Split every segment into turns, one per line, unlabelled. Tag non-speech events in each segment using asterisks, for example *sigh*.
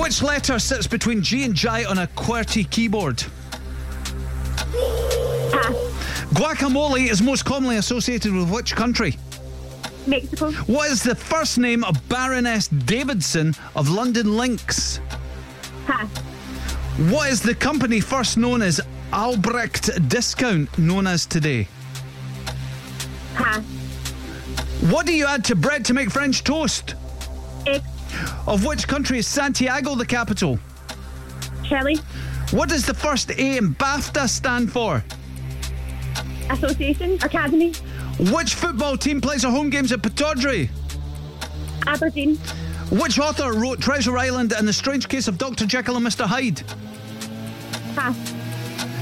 Which letter sits between G and J on a QWERTY keyboard?
Pass.
Guacamole is most commonly associated with which country?
Mexico.
What is the first name of Baroness Davidson of London Links?
Pass.
What is the company first known as Albrecht Discount known as today?
Pass.
What do you add to bread to make French toast?
Egg.
Of which country is Santiago the capital?
Shelley.
What does the first A in BAFTA stand for?
Association. Academy.
Which football team plays their home games at Pataudry?
Aberdeen.
Which author wrote Treasure Island and The Strange Case of Dr. Jekyll and Mr. Hyde?
Pass.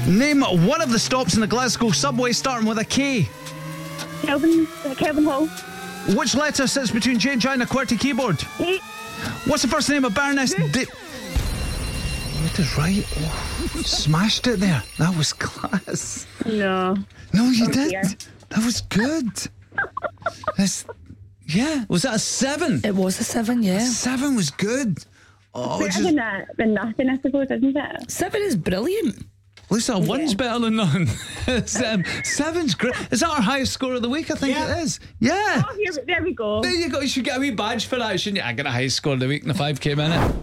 Name one of the stops in the Glasgow subway starting with a K.
Kelvin. Uh, Kelvin Hall.
Which letter sits between J and J and a QWERTY keyboard?
Kate.
What's the first name of Baroness D? What is right? Oh, smashed it there. That was class.
No.
No, you did.
dear.
That was good. That's, yeah. Was that a seven?
It was a seven, yeah.
Seven was good. Oh,
Better
just,
than
at
that, than uh, nothing, I suppose, isn't it?
Seven is brilliant.
least that one's better than none. *laughs* It's, um, seven's great. Is that our highest score of the week? I think
Yeah.
it is. Yeah.
Oh, here, there we go.
There you go. You should get a wee badge for that, shouldn't you? I got a high score of the week in the 5K minute.